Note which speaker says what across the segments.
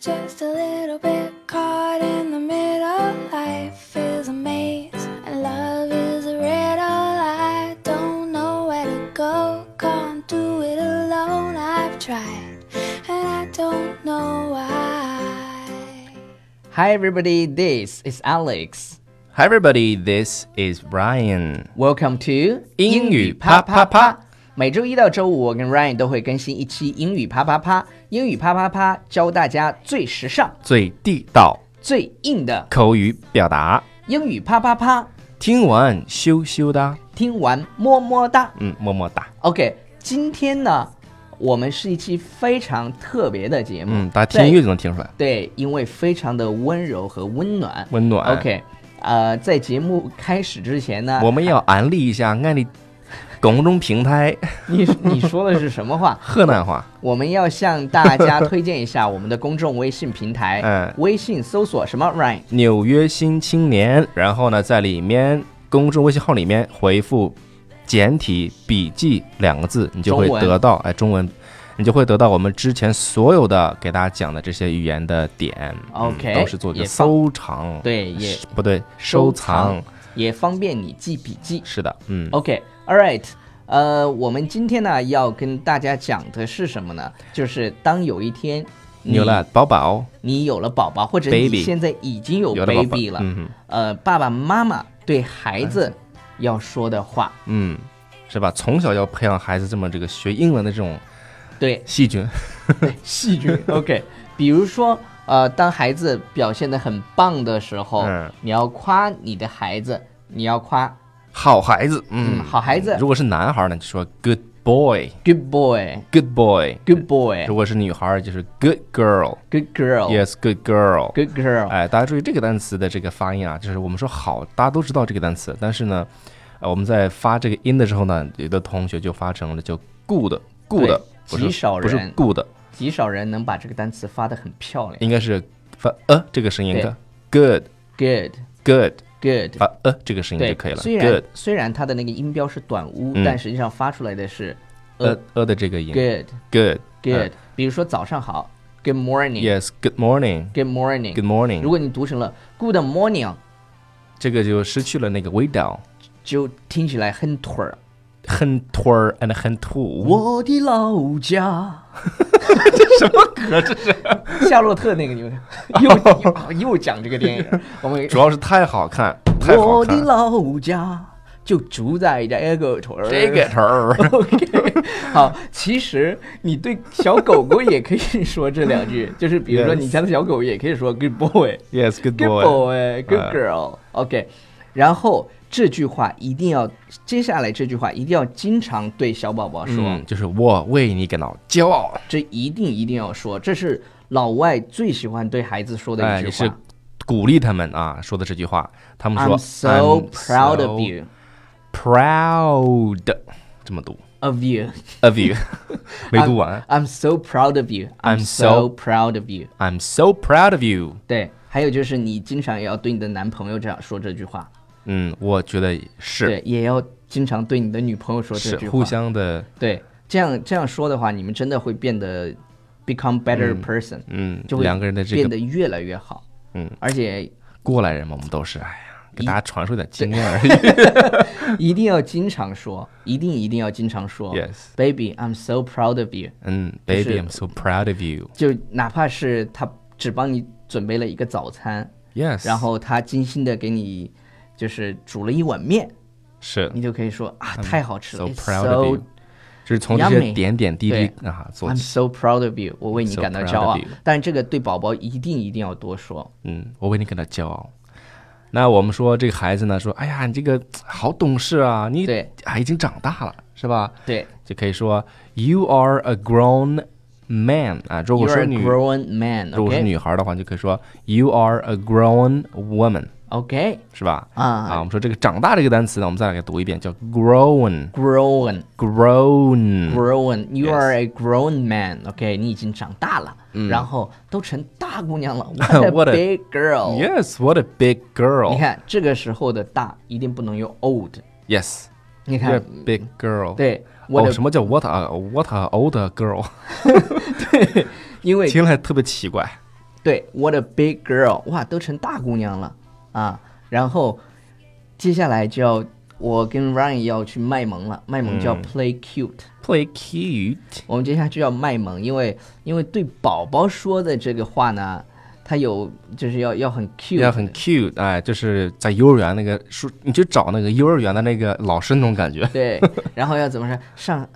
Speaker 1: just a little bit caught in the middle. Life is a maze, and love is a riddle. I don't know where to go, can't do it alone. I've tried, and I don't know why.
Speaker 2: Hi, everybody. This is Alex.
Speaker 3: Hi, everybody. This is Ryan.
Speaker 2: Welcome to
Speaker 3: 英语啪啪啪。
Speaker 2: 每周一到周五，我跟 Ryan 都会更新一期英语啪啪啪。英语啪啪啪，教大家最时尚、
Speaker 3: 最地道
Speaker 2: 最硬的
Speaker 3: 口语表达，
Speaker 2: 英语啪啪啪。
Speaker 3: 听完羞羞哒，
Speaker 2: 听完么么哒。
Speaker 3: 嗯，么么哒。
Speaker 2: OK，今天呢，我们是一期非常特别的节目。
Speaker 3: 嗯，大家听音乐
Speaker 2: 在
Speaker 3: 就能听出来，
Speaker 2: 对，因为非常的温柔和温暖。
Speaker 3: 温暖。
Speaker 2: OK，呃，在节目开始之前呢，
Speaker 3: 我们要安利一下 安利公众平台
Speaker 2: 你你说的是什么话？
Speaker 3: 河南话，
Speaker 2: 我们要向大家推荐一下我们的公众微信平 台，
Speaker 3: 嗯
Speaker 2: 微信搜索什么 Ryan
Speaker 3: 纽约新青年。然后呢，在里面公众微信号里面回复“简体笔记”两个字，你就会
Speaker 2: 中文
Speaker 3: 得到哎中文。你就会得到我们之前所有的给大家讲的这些语言的点嗯
Speaker 2: OK，
Speaker 3: 都是做一个
Speaker 2: 也放
Speaker 3: 收藏，
Speaker 2: 对也
Speaker 3: 是不对，
Speaker 2: 收
Speaker 3: 收
Speaker 2: 藏哦
Speaker 3: 藏，
Speaker 2: 也方便你记笔记。
Speaker 3: 是的，嗯，
Speaker 2: OK，All、right，呃，我们今天呢要跟大家讲的是什么呢？就是当有一天你
Speaker 3: 你有了宝宝，
Speaker 2: 你有了宝宝，或者你
Speaker 3: Baby
Speaker 2: 现在已经有
Speaker 3: 有了宝宝
Speaker 2: baby 了，
Speaker 3: 嗯哼
Speaker 2: 呃，爸爸妈妈对孩子要说的话，
Speaker 3: 嗯，是吧？从小要培养孩子这么这个学英文的这种
Speaker 2: 对
Speaker 3: 细菌，
Speaker 2: 细菌。OK，比如说，呃，当孩子表现的很棒的时候，
Speaker 3: 嗯
Speaker 2: 你要夸你的孩子，你要夸
Speaker 3: 好孩子，嗯，
Speaker 2: 嗯好孩子
Speaker 3: 如果是男孩呢，就说 good boy，good
Speaker 2: good boy，good
Speaker 3: boy；如
Speaker 2: boy，good
Speaker 3: 果是女孩，就是 good girl，yes，good
Speaker 2: girl，good
Speaker 3: girl。
Speaker 2: girl，
Speaker 3: 哎，大家注意这个单词的这个发音啊，就是我们说好，大家都知道这个单词，但是呢，呃，我们在发这个音的时候呢，有的同学就发成了就 good good，
Speaker 2: 对
Speaker 3: 不是
Speaker 2: 极少
Speaker 3: 不是
Speaker 2: 人
Speaker 3: good，
Speaker 2: 极少人能把这个单词发的很漂亮。
Speaker 3: 应该是发呃这个声音
Speaker 2: 对
Speaker 3: 的 good
Speaker 2: good，good。
Speaker 3: good 发呃这个声音
Speaker 2: 对
Speaker 3: 就可以，了
Speaker 2: 虽然
Speaker 3: ，good
Speaker 2: 虽然它的那个音标是短乌，
Speaker 3: 嗯
Speaker 2: 但实际上发出来的是
Speaker 3: 呃呃的这个音
Speaker 2: good，good。
Speaker 3: good 呃
Speaker 2: 比如说早上好，good morning，good
Speaker 3: yes good morning
Speaker 2: morning。
Speaker 3: good morning，
Speaker 2: 如果你读成了 good morning，
Speaker 3: 这个就失去了那个味道，
Speaker 2: 就听起来很土儿。
Speaker 3: 很土儿 and 很土，
Speaker 2: 我的老家，
Speaker 3: 什么歌？这是
Speaker 2: 夏洛特那个你 们又又又讲这个电 影，我们
Speaker 3: 主要是太好看，太好
Speaker 2: 我的
Speaker 3: 看，
Speaker 2: 老家就住在这个屯儿。
Speaker 3: 这个词儿
Speaker 2: OK，好， 其实你对小狗狗也可以说这两 句，就是比如说
Speaker 3: Yes
Speaker 2: 你家的小狗也可以说 Good boy，Good
Speaker 3: yes good boy
Speaker 2: boy，Good
Speaker 3: 哎
Speaker 2: girl。OK，然后这句话一定要，接下来这句话一定要经常对小宝宝说。
Speaker 3: 嗯，就是我为你感到骄傲，
Speaker 2: 这一定一定要说，这是老外最喜欢对孩子说的一
Speaker 3: 哎，
Speaker 2: 句
Speaker 3: 你是
Speaker 2: 话。
Speaker 3: 鼓励他们啊说的这句话，他们
Speaker 2: I'm
Speaker 3: 说
Speaker 2: so
Speaker 3: "I'm
Speaker 2: proud
Speaker 3: so
Speaker 2: of you,
Speaker 3: proud 这么读
Speaker 2: of you.
Speaker 3: of you 没读完
Speaker 2: I'm so proud of you. I'm
Speaker 3: I'm
Speaker 2: so
Speaker 3: so-
Speaker 2: proud of you.
Speaker 3: ，I'm so proud of you。
Speaker 2: 对，还有就是你经常也要对你的男朋友这样说这句话，
Speaker 3: 嗯，我觉得是
Speaker 2: 对，也要经常对你的女朋友说这句
Speaker 3: 是
Speaker 2: 话。
Speaker 3: 互相的，
Speaker 2: 对，这样这样说的话，你们真的会变得 become better person，、
Speaker 3: 嗯，
Speaker 2: 就会
Speaker 3: 两个人的这
Speaker 2: 变
Speaker 3: 个
Speaker 2: 得越来越好。
Speaker 3: 嗯，
Speaker 2: 而且
Speaker 3: 过来人嘛，我们都是，哎呀，给大家传授点经验而已。
Speaker 2: 一定要经常说，一定一定要经常说。
Speaker 3: Yes
Speaker 2: Baby, I'm so proud of you.
Speaker 3: 嗯
Speaker 2: 是
Speaker 3: ，Baby, I'm so proud of you.
Speaker 2: 就哪怕是他只帮你准备了一个早餐，
Speaker 3: Yes，
Speaker 2: 然后他精心的给你就是煮了一碗面，
Speaker 3: 是
Speaker 2: 你就可以说啊，太好吃
Speaker 3: so
Speaker 2: 了
Speaker 3: proud of you，
Speaker 2: ，It's
Speaker 3: 就是从这些
Speaker 2: yummy
Speaker 3: 点点滴滴
Speaker 2: 对
Speaker 3: 啊
Speaker 2: so
Speaker 3: 做
Speaker 2: I'm
Speaker 3: 起。
Speaker 2: so proud of you，我为你
Speaker 3: So
Speaker 2: 感到
Speaker 3: proud
Speaker 2: 骄
Speaker 3: of
Speaker 2: 傲
Speaker 3: you。
Speaker 2: 但是这个对宝宝一定一定要多说，
Speaker 3: 嗯，我为你感到骄傲。那我们说这个孩子呢，说，哎呀，你这个好懂事啊，你
Speaker 2: 对
Speaker 3: 啊已经长大了，是吧？
Speaker 2: 对
Speaker 3: 就可以说 You are a grown man 啊。如果
Speaker 2: ，You're
Speaker 3: 说
Speaker 2: a
Speaker 3: 女
Speaker 2: grown man，
Speaker 3: 如果是
Speaker 2: OK
Speaker 3: 女孩的话，就可以说 You are a grown woman，
Speaker 2: OK
Speaker 3: 是吧？
Speaker 2: 啊
Speaker 3: 我们说这个“长大”这个单词呢，我们再来给它读一遍，叫 grown
Speaker 2: grown
Speaker 3: grown。
Speaker 2: grown you
Speaker 3: 嗯 Yes 嗯
Speaker 2: are a grown man OK，你已经长大了，然后都成大姑娘了 ，What
Speaker 3: What
Speaker 2: a
Speaker 3: a-
Speaker 2: big girl。
Speaker 3: Yes, what a big
Speaker 2: 你
Speaker 3: girl.
Speaker 2: 看这个时候的大一定不能用 old。
Speaker 3: Yes,
Speaker 2: 你
Speaker 3: what a
Speaker 2: 看，
Speaker 3: big girl.
Speaker 2: 对，我
Speaker 3: 哦，
Speaker 2: 的、
Speaker 3: 什么叫 what a what a old girl？
Speaker 2: 因为
Speaker 3: 听起来特别奇怪。
Speaker 2: 对，What a big girl！哇，都成大姑娘了啊。然后接下来就要我跟 Ryan 要去卖萌了，卖萌
Speaker 3: 嗯
Speaker 2: 叫 play cute。
Speaker 3: play cute，
Speaker 2: 我们接下去要卖萌，因为因为对宝宝说的这个话呢，他有就是要要很 cute，
Speaker 3: 要很 cute，哎，就是在幼儿园那个书，你去找那个幼儿园的那个老师那种感觉，
Speaker 2: 对，然后要怎么说上，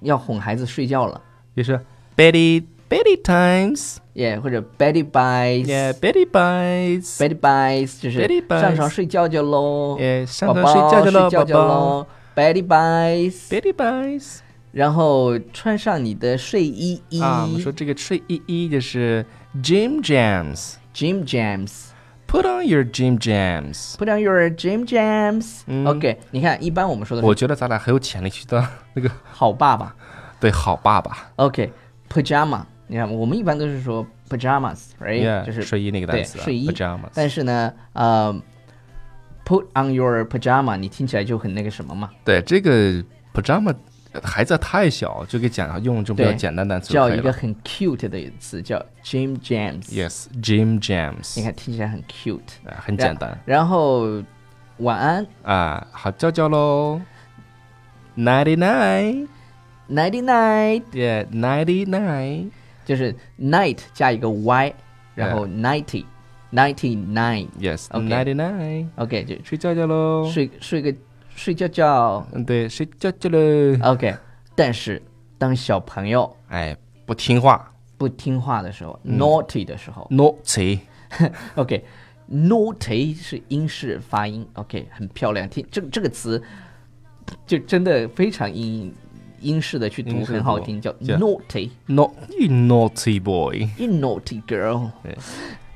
Speaker 2: 要哄孩子睡觉了，
Speaker 3: 就是 Betty Betty times，
Speaker 2: 耶、或者 Betty buys，
Speaker 3: yeah Betty buys，
Speaker 2: Bed buys 就是
Speaker 3: Bed buys
Speaker 2: 上床睡觉觉喽，
Speaker 3: 也上
Speaker 2: 宝
Speaker 3: 床
Speaker 2: 宝
Speaker 3: 睡觉去喽
Speaker 2: 睡觉
Speaker 3: 宝
Speaker 2: 觉
Speaker 3: 宝
Speaker 2: 喽，Bed buys，
Speaker 3: Betty buys，
Speaker 2: 然后穿上你的睡衣衣、
Speaker 3: 啊，我们说这个睡衣衣就是 Jim Jams，put
Speaker 2: Jim Jams，put
Speaker 3: on your Jim Jams。
Speaker 2: on your Jim Jams，OK，、OK，你
Speaker 3: 嗯
Speaker 2: 看一般我们说的
Speaker 3: 我
Speaker 2: 是
Speaker 3: 觉得咱俩很有潜力去当那个
Speaker 2: 好爸爸
Speaker 3: 对好爸爸
Speaker 2: ，OK，pajama，、你看我们一般都是说 pajamas，right，、
Speaker 3: ，yeah，
Speaker 2: 就是
Speaker 3: 睡衣那个单
Speaker 2: 对
Speaker 3: 词啊，
Speaker 2: 睡衣
Speaker 3: pajamas。
Speaker 2: 但是呢，呃，put on your pajama，你听起来就很那个什么嘛，
Speaker 3: 对这个 pajama，呃孩子太小，就给讲用这种比较
Speaker 2: 对
Speaker 3: 简单单词就
Speaker 2: 叫
Speaker 3: 可以
Speaker 2: 一个
Speaker 3: 了
Speaker 2: 很 cute 的词叫 Jim Jams。
Speaker 3: Yes，Jim
Speaker 2: 你
Speaker 3: James，
Speaker 2: 看听起来很 cute，
Speaker 3: 呃很简单
Speaker 2: 然后晚安
Speaker 3: 啊，好觉觉喽，ninety nine，yeah
Speaker 2: ，nighty night
Speaker 3: ninety nine，
Speaker 2: 就是 night 加一个 y，然后 ninety ninety nine。
Speaker 3: yes
Speaker 2: OK
Speaker 3: ninety nine，
Speaker 2: OK，就
Speaker 3: 睡觉觉喽，
Speaker 2: 睡睡个睡觉觉。
Speaker 3: 嗯对，睡觉觉喽，
Speaker 2: OK，但是当小朋友
Speaker 3: 哎，不听话
Speaker 2: 不听话的时候、n
Speaker 3: 嗯
Speaker 2: a u g h t y 的时候
Speaker 3: ，naughty，
Speaker 2: ，OK，naughty 是英式发音，OK，很漂亮，听这这个词就真的非常英英式的去读，
Speaker 3: 英式
Speaker 2: 很好
Speaker 3: 读
Speaker 2: 听，叫
Speaker 3: 对
Speaker 2: naughty。
Speaker 3: no you naughty boy，
Speaker 2: You naughty girl。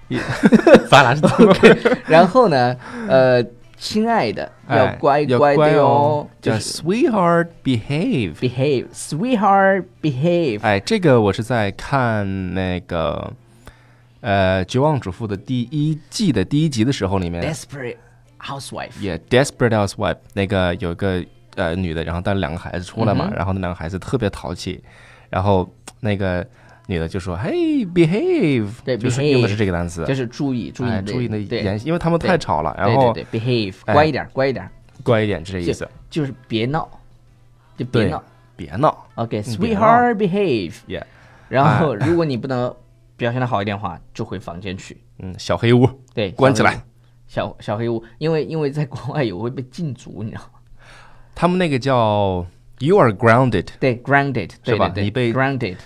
Speaker 3: 咱俩是怎么
Speaker 2: 然后呢，呃，亲爱的，要
Speaker 3: 哎
Speaker 2: 乖
Speaker 3: 要
Speaker 2: 乖的
Speaker 3: 哦，
Speaker 2: 就
Speaker 3: 叫
Speaker 2: 是
Speaker 3: sweetheart behave。
Speaker 2: behave, sweetheart, behave。
Speaker 3: 哎，这个我是在看那个呃《绝望主妇》的第一季的第一集的时候，里面
Speaker 2: Desperate housewife。
Speaker 3: 也《Desperate Housewife》那个有一个呃女的，然后带了两个孩子出来
Speaker 2: 嗯
Speaker 3: 嘛，然后那两个孩子特别淘气，然后那个女的就说：“Hey, behave。”
Speaker 2: 对
Speaker 3: 就是用的是
Speaker 2: ，behave
Speaker 3: 这个单词，
Speaker 2: 就是注意，注意
Speaker 3: 哎
Speaker 2: 你的，
Speaker 3: 注意你的
Speaker 2: 对
Speaker 3: 言，因为他们太吵了，然
Speaker 2: 对
Speaker 3: 后
Speaker 2: 对对，behave，
Speaker 3: 哎
Speaker 2: 乖一点，乖一点，
Speaker 3: 乖一点是这意
Speaker 2: 就
Speaker 3: 思。
Speaker 2: 就是别闹，就别
Speaker 3: 对
Speaker 2: 闹。，
Speaker 3: 别闹。别闹哎
Speaker 2: OK，sweetheart, behave。
Speaker 3: 也
Speaker 2: 然后，如果你不能表现的好一点的话，就回房间去。
Speaker 3: 嗯，小黑屋
Speaker 2: 对，
Speaker 3: 关
Speaker 2: 小
Speaker 3: 起
Speaker 2: 黑屋
Speaker 3: 来。。
Speaker 2: 小小黑屋，因为因为在国外有会被禁足，你知道吗？
Speaker 3: 他们那个叫 “You are grounded”，
Speaker 2: 对，grounded，对
Speaker 3: 是吧
Speaker 2: 对对
Speaker 3: 你被
Speaker 2: grounded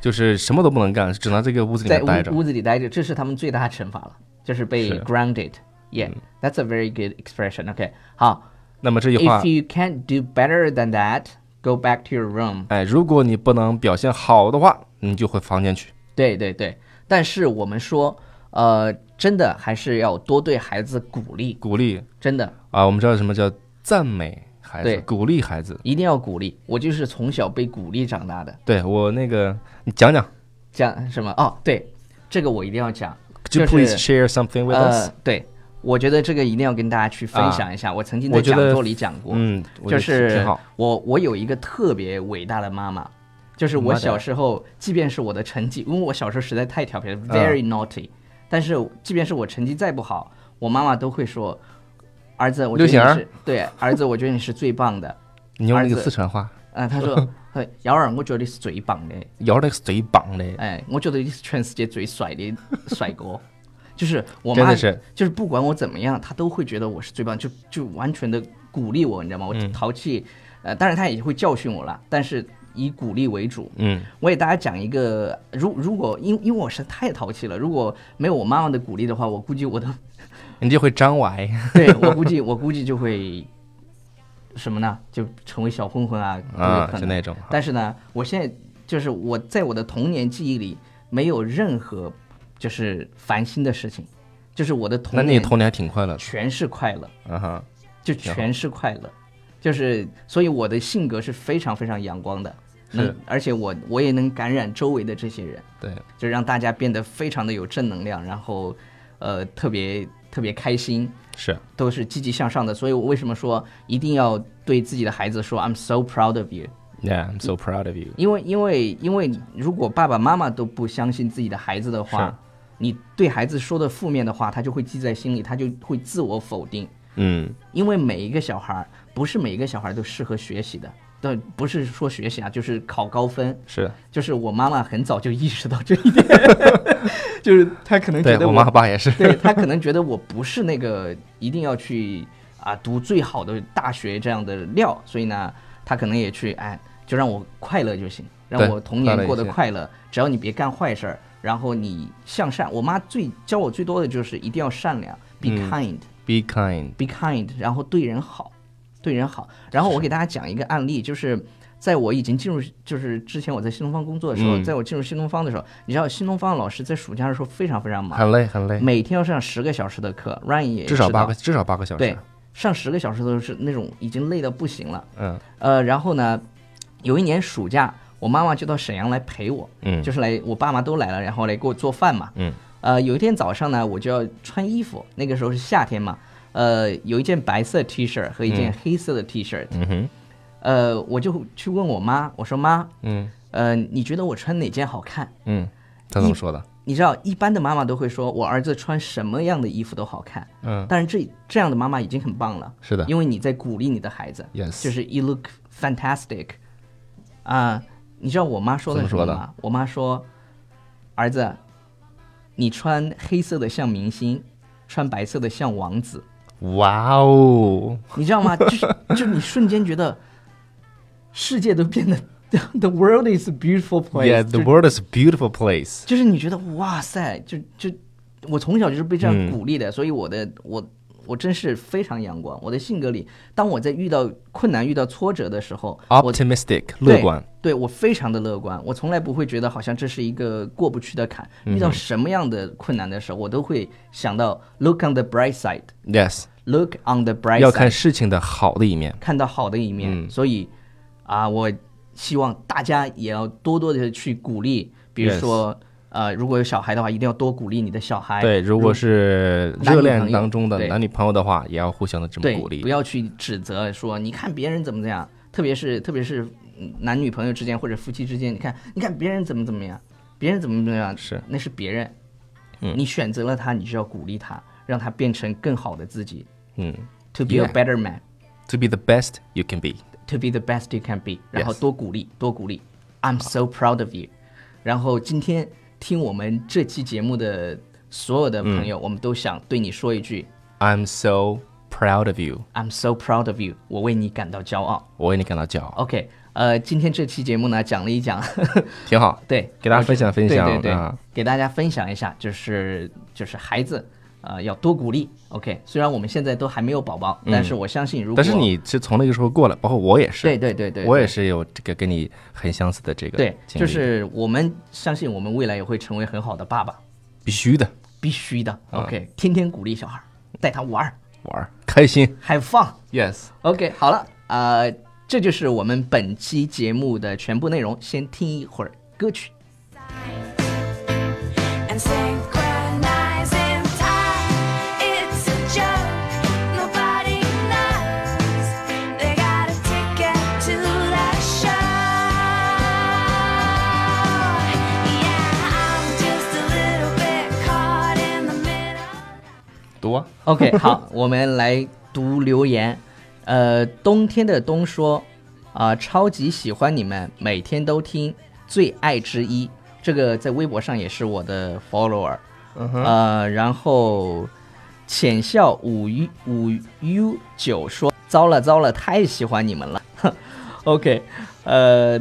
Speaker 3: 就是什么都不能干，只能在这个屋子里
Speaker 2: 在
Speaker 3: 面待着
Speaker 2: 屋。屋子里待着，这是他们最大的惩罚了，就是被
Speaker 3: 是
Speaker 2: grounded。Yeah，that's a very good expression. OK，好
Speaker 3: 那么这句话
Speaker 2: ，If，you can't do better than that, go back to your room.
Speaker 3: 哎，如果你不能表现好的话，你就回房间去。
Speaker 2: 对对对，但是我们说，呃，真的还是要多对孩子鼓励，
Speaker 3: 鼓励
Speaker 2: 真的
Speaker 3: 啊，我们知道什么叫赞美孩子
Speaker 2: 对，
Speaker 3: 鼓励孩子。
Speaker 2: 一定要鼓励。我就是从小被鼓励长大的。
Speaker 3: 对我那个，你讲讲
Speaker 2: 讲什么？哦，对，这个我一定要讲，
Speaker 3: ，Could
Speaker 2: 就
Speaker 3: you please
Speaker 2: 是
Speaker 3: share something with
Speaker 2: 呃
Speaker 3: us？，
Speaker 2: 对，我觉得这个一定要跟大家去分
Speaker 3: 啊
Speaker 2: 享一下。我曾经
Speaker 3: 我
Speaker 2: 在
Speaker 3: 觉
Speaker 2: 讲
Speaker 3: 得
Speaker 2: 座里讲过，
Speaker 3: 嗯，我觉
Speaker 2: 就
Speaker 3: 得
Speaker 2: 是
Speaker 3: 挺好。
Speaker 2: 我我有一个特别伟大的妈妈，就是我
Speaker 3: Mother
Speaker 2: 小时候，即便是我的成绩，因为我小时候实在太调皮
Speaker 3: 嗯
Speaker 2: 了，very naughty，、但是即便是我成绩再不好，我妈妈都会说：“儿子，我觉
Speaker 3: 刘显
Speaker 2: 得
Speaker 3: 儿
Speaker 2: 你是对儿子，我觉得你是最棒的。
Speaker 3: 你用那个
Speaker 2: 儿子
Speaker 3: 四川话，
Speaker 2: 嗯，她 说：“嘿瑶儿，我觉得你是最棒的。
Speaker 3: 摇那个嘴绑的，
Speaker 2: 哎，我觉得你是全世界最帅的帅哥。”就是我
Speaker 3: 真
Speaker 2: 妈，
Speaker 3: 的是
Speaker 2: 就是不管我怎么样，她都会觉得我是最棒，就就完全的鼓励我，你知道吗？我
Speaker 3: 嗯
Speaker 2: 淘气，呃，当然她也会教训我了，但是以鼓励为主。
Speaker 3: 嗯，
Speaker 2: 我给大家讲一个，如如果因因为我实在太淘气了，如果没有我妈妈的鼓励的 话，我估计我都，
Speaker 3: 你就会张歪。
Speaker 2: 对我估计我估计就会什么呢？就成为小混混啊，都有
Speaker 3: 啊
Speaker 2: 可能
Speaker 3: 就那种
Speaker 2: 但是呢，我现在就是我在我的童年记忆里没有任何就是烦心的事情，就是我的
Speaker 3: 那
Speaker 2: 童
Speaker 3: 你
Speaker 2: 年
Speaker 3: 童年还挺快乐的，
Speaker 2: 全是快乐，
Speaker 3: 嗯哼，
Speaker 2: 就
Speaker 3: 挺好
Speaker 2: 全是快乐，就是所以我的性格是非常非常阳光的，能
Speaker 3: 是
Speaker 2: 而且我我也能感染周围的这些人。
Speaker 3: 对，
Speaker 2: 就让大家变得非常的有正能量，然后，呃，特别特别开心，
Speaker 3: 是
Speaker 2: 都是积极向上的。所以我为什么说一定要对自己的孩子说 "I'm so proud of you"？
Speaker 3: ，Yeah，I'm so proud of you。
Speaker 2: 因为因为因为如果爸爸妈妈都不相信自己的孩子的话，你对孩子说的负面的话，他就会记在心里，他就会自我否定。
Speaker 3: 嗯
Speaker 2: 因为每一个小孩儿不是每一个小孩儿都适合学习的，但不是说学习啊，就是考高分。
Speaker 3: 是，
Speaker 2: 就是我妈妈很早就意识到这一点， 就是她可能觉
Speaker 3: 对
Speaker 2: 得
Speaker 3: 我妈和爸也是，
Speaker 2: 对她可能觉得我不是那个一定要去啊读最好的大学这样的料，所以呢，她可能也去哎，就让我快乐就行，让
Speaker 3: 对
Speaker 2: 我童
Speaker 3: 快乐
Speaker 2: 年
Speaker 3: 一
Speaker 2: 过得
Speaker 3: 些
Speaker 2: 快乐，只要你别干坏事儿，然后你向善。我妈最教我最多的就是一定要善良，be
Speaker 3: 嗯
Speaker 2: kind、
Speaker 3: be kind，
Speaker 2: be kind，然后对人好，对人好。然后我给大家讲一个案例，就是在我已经进入，就是之前我在新东方工作的时候，
Speaker 3: 嗯
Speaker 2: 在我进入新东方的时候，你知道新东方老师在暑假的时候非常非常忙，
Speaker 3: 很累很累，
Speaker 2: 每天要上十个小时的课，Ryan 也
Speaker 3: 哎至少
Speaker 2: 知道
Speaker 3: 八个至少八个小时，
Speaker 2: 对，上十个小时都是那种已经累得不行了。
Speaker 3: 嗯
Speaker 2: 呃，然后呢，有一年暑假，我妈妈就到沈阳来陪我，
Speaker 3: 嗯，
Speaker 2: 就是是来我爸妈都来了，然后来给我做饭嘛。
Speaker 3: 嗯
Speaker 2: 呃，有一天早上呢，我就要穿衣服，那个时候是夏天嘛，呃，有一件白色 T 恤和一件黑色的 T 恤，
Speaker 3: 嗯哼
Speaker 2: 呃，我就去问我妈，我说妈，
Speaker 3: 嗯
Speaker 2: 呃，你觉得我穿哪件好看？
Speaker 3: 嗯，他怎么说的？
Speaker 2: 你知道，一般的妈妈都会说我儿子穿什么样的衣服都好看，
Speaker 3: 嗯，
Speaker 2: 但是这这样的妈妈已经很棒了，
Speaker 3: 是的，
Speaker 2: 因为你在鼓励你的孩子
Speaker 3: Yes
Speaker 2: 就是 you look fantastic，啊、你知道我妈说的
Speaker 3: 怎么
Speaker 2: 什
Speaker 3: 说
Speaker 2: 么
Speaker 3: 的
Speaker 2: 吗？我妈说，儿子，你穿黑色的像明星，穿白色的像王子，
Speaker 3: 哇哦，
Speaker 2: 你知道 吗？就是就你瞬间觉得，世界都变得 ，the world is a beautiful place，
Speaker 3: Yeah,
Speaker 2: 就
Speaker 3: the world is a beautiful place.
Speaker 2: 就是你觉得哇塞，就就我从小就是被这样
Speaker 3: 嗯
Speaker 2: 鼓励的，所以我的我我真是非常阳光。我的性格里，当我在遇到困难、遇到挫折的时候，我
Speaker 3: Optimistic，乐观。，
Speaker 2: 对对我非常的乐观，我从来不会觉得好像这是一个过不去的坎。
Speaker 3: 嗯
Speaker 2: 遇到什么样的困难的时候，我都会想到 look on the bright side，look
Speaker 3: Yes，
Speaker 2: on the bright side，
Speaker 3: 要看事情的好的一面。
Speaker 2: 看到好的一面。
Speaker 3: 嗯
Speaker 2: 所以啊，我希望大家也要多多的去鼓励，比如
Speaker 3: Yes
Speaker 2: 说呃，如果有小孩的话，一定要多鼓励你的小孩。
Speaker 3: 对，如果是
Speaker 2: 哎男
Speaker 3: 热
Speaker 2: 女
Speaker 3: 恋
Speaker 2: 朋友
Speaker 3: 当中的
Speaker 2: 对
Speaker 3: 男女朋友的话，也要互相的这么
Speaker 2: 对
Speaker 3: 鼓励
Speaker 2: 不。要去指责说你看别人怎么怎么样，特别是特别是嗯男女朋友之间或者夫妻之间，你看你看别人怎么怎么样，别人怎么怎么样，
Speaker 3: 是
Speaker 2: 那是别人，
Speaker 3: 嗯
Speaker 2: 你选择了他，你就要鼓励他，让他变成更好的自己
Speaker 3: 嗯
Speaker 2: ，to be a
Speaker 3: Yeah
Speaker 2: better man。
Speaker 3: ，To be the best you can be。
Speaker 2: to be the best you can be，然后多鼓励，多鼓励。I'm so proud of you。然后今天听我们这期节目的所有的朋
Speaker 3: 嗯
Speaker 2: 友，我们都想对你说一句
Speaker 3: I'm so proud of you。
Speaker 2: ：I'm so proud of you，我为你感到骄傲。
Speaker 3: 我为你感到骄傲，
Speaker 2: OK，呃，今天这期节目呢，讲了一讲，
Speaker 3: 挺好。
Speaker 2: 对，
Speaker 3: 给大家
Speaker 2: 我觉
Speaker 3: 分享分享
Speaker 2: 对对对
Speaker 3: 啊，
Speaker 2: 给大家分享一下，就是就是孩子。呃，要多鼓励。OK，虽然我们现在都还没有宝宝，但是我相信，如果
Speaker 3: 嗯但是你是从那个时候过来，包括我也是，
Speaker 2: 对对对对，
Speaker 3: 我
Speaker 2: 对
Speaker 3: 也是有这个跟你很相似的这个
Speaker 2: 对，
Speaker 3: 经历，
Speaker 2: 就是我们相信我们未来也会成为很好的爸爸，
Speaker 3: 必须的
Speaker 2: 必须的。OK，天
Speaker 3: 啊
Speaker 2: 天鼓励小孩儿，带他玩儿
Speaker 3: 玩儿开心
Speaker 2: ，have fun。
Speaker 3: ，yes，
Speaker 2: OK，好了，呃，这就是我们本期节目的全部内容。先听一会儿歌曲。
Speaker 1: and synchronizing time. It's a joke, nobody knows. They got a ticket to that show. Yeah, I'm just a little bit caught in the middle.
Speaker 3: 读啊，
Speaker 2: OK，好， 我们来读留言。呃，冬天的冬说，啊、超级喜欢你们，每天都听，最爱之一。这个在微博上也是我的 follower。呃，然后浅笑五 u 五 u 九说，糟了糟了，太喜欢你们了。OK，呃，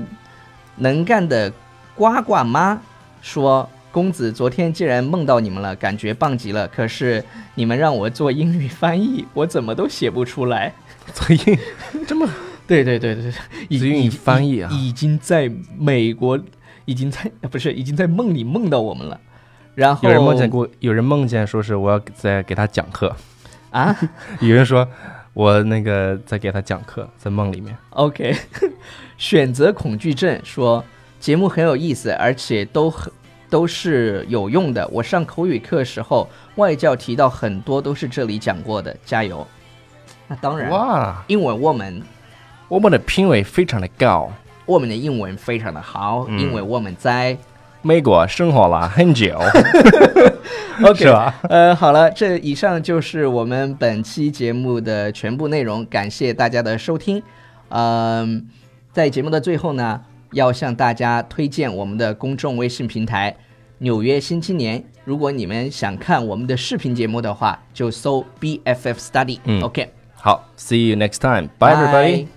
Speaker 2: 能干的呱呱妈说：“公子，昨天竟然梦到你们了，感觉棒极了。可是你们让我做英语翻译，我怎么都写不出来。
Speaker 3: 所 以这么
Speaker 2: 对”对对 对对，已
Speaker 3: 子韵
Speaker 2: 已
Speaker 3: 翻译啊
Speaker 2: 已已经在美国，已经在呃不是已经在梦里梦到我们了。然后
Speaker 3: 有人梦见过，有人梦见说是我要在给他讲课，
Speaker 2: 啊
Speaker 3: 有人说我那个在给他讲课，在梦里面，
Speaker 2: ，OK，选择恐惧症说节目很有意思，而且都很都是有用的。我上口语课时候，外教提到很多都是这里讲过的，加油！那当然，
Speaker 3: 哇，
Speaker 2: 因为我们
Speaker 3: 我们的品味非常的高，
Speaker 2: 我们的英文嗯非常的好，因为我们在
Speaker 3: 美国生活了很久，
Speaker 2: OK，
Speaker 3: 是吧？
Speaker 2: 呃，好了，这以上就是我们本期节目的全部内容，感谢大家的收听。嗯、在节目的最后呢，要向大家推荐我们的公众微信平台《纽约新青年》。如果你们想看我们的视频节目的话，就搜 BFF Study、
Speaker 3: 嗯
Speaker 2: OK，
Speaker 3: 好，see you next time，bye everybody。
Speaker 2: Bye